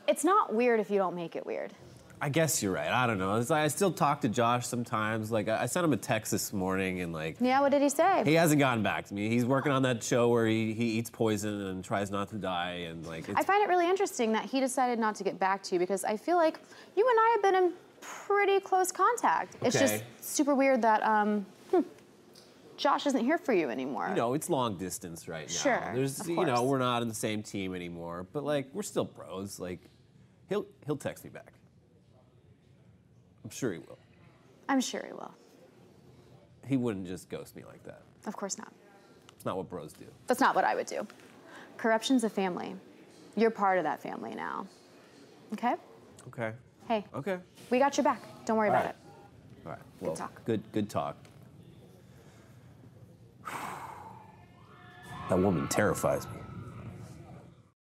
S5: it's not weird if you don't make it weird.
S7: I guess you're right. I don't know. It's like I still talk to Josh sometimes. Like I I sent him a text this morning, and like
S5: Yeah, what did he say?
S7: he hasn't gotten back to me. He's working on that show where he, he eats poison and tries not to die, and like
S5: I
S7: it's,
S5: find it really interesting that he decided not to get back to you because I feel like you and I have been in pretty close contact. It's just
S7: Okay.
S5: super weird that um, hmm, Josh isn't here for you anymore.
S7: you know it's long distance right now.
S5: Sure,
S7: There's
S5: of
S7: you know
S5: course.
S7: we're not in the same team anymore, but like we're still bros. Like he'll he'll text me back. I'm sure he will.
S5: I'm sure he will.
S7: He wouldn't just ghost me like that.
S5: Of course not.
S7: It's not what bros do.
S5: That's not what I would do. Corruption's a family. You're part of that family now. Okay?
S7: Okay.
S5: Hey,
S7: Okay.
S5: we got your back. Don't worry
S7: All
S5: about
S7: right.
S5: it.
S7: All right. Well,
S5: talk.
S7: Good, good talk. *sighs* That woman terrifies me.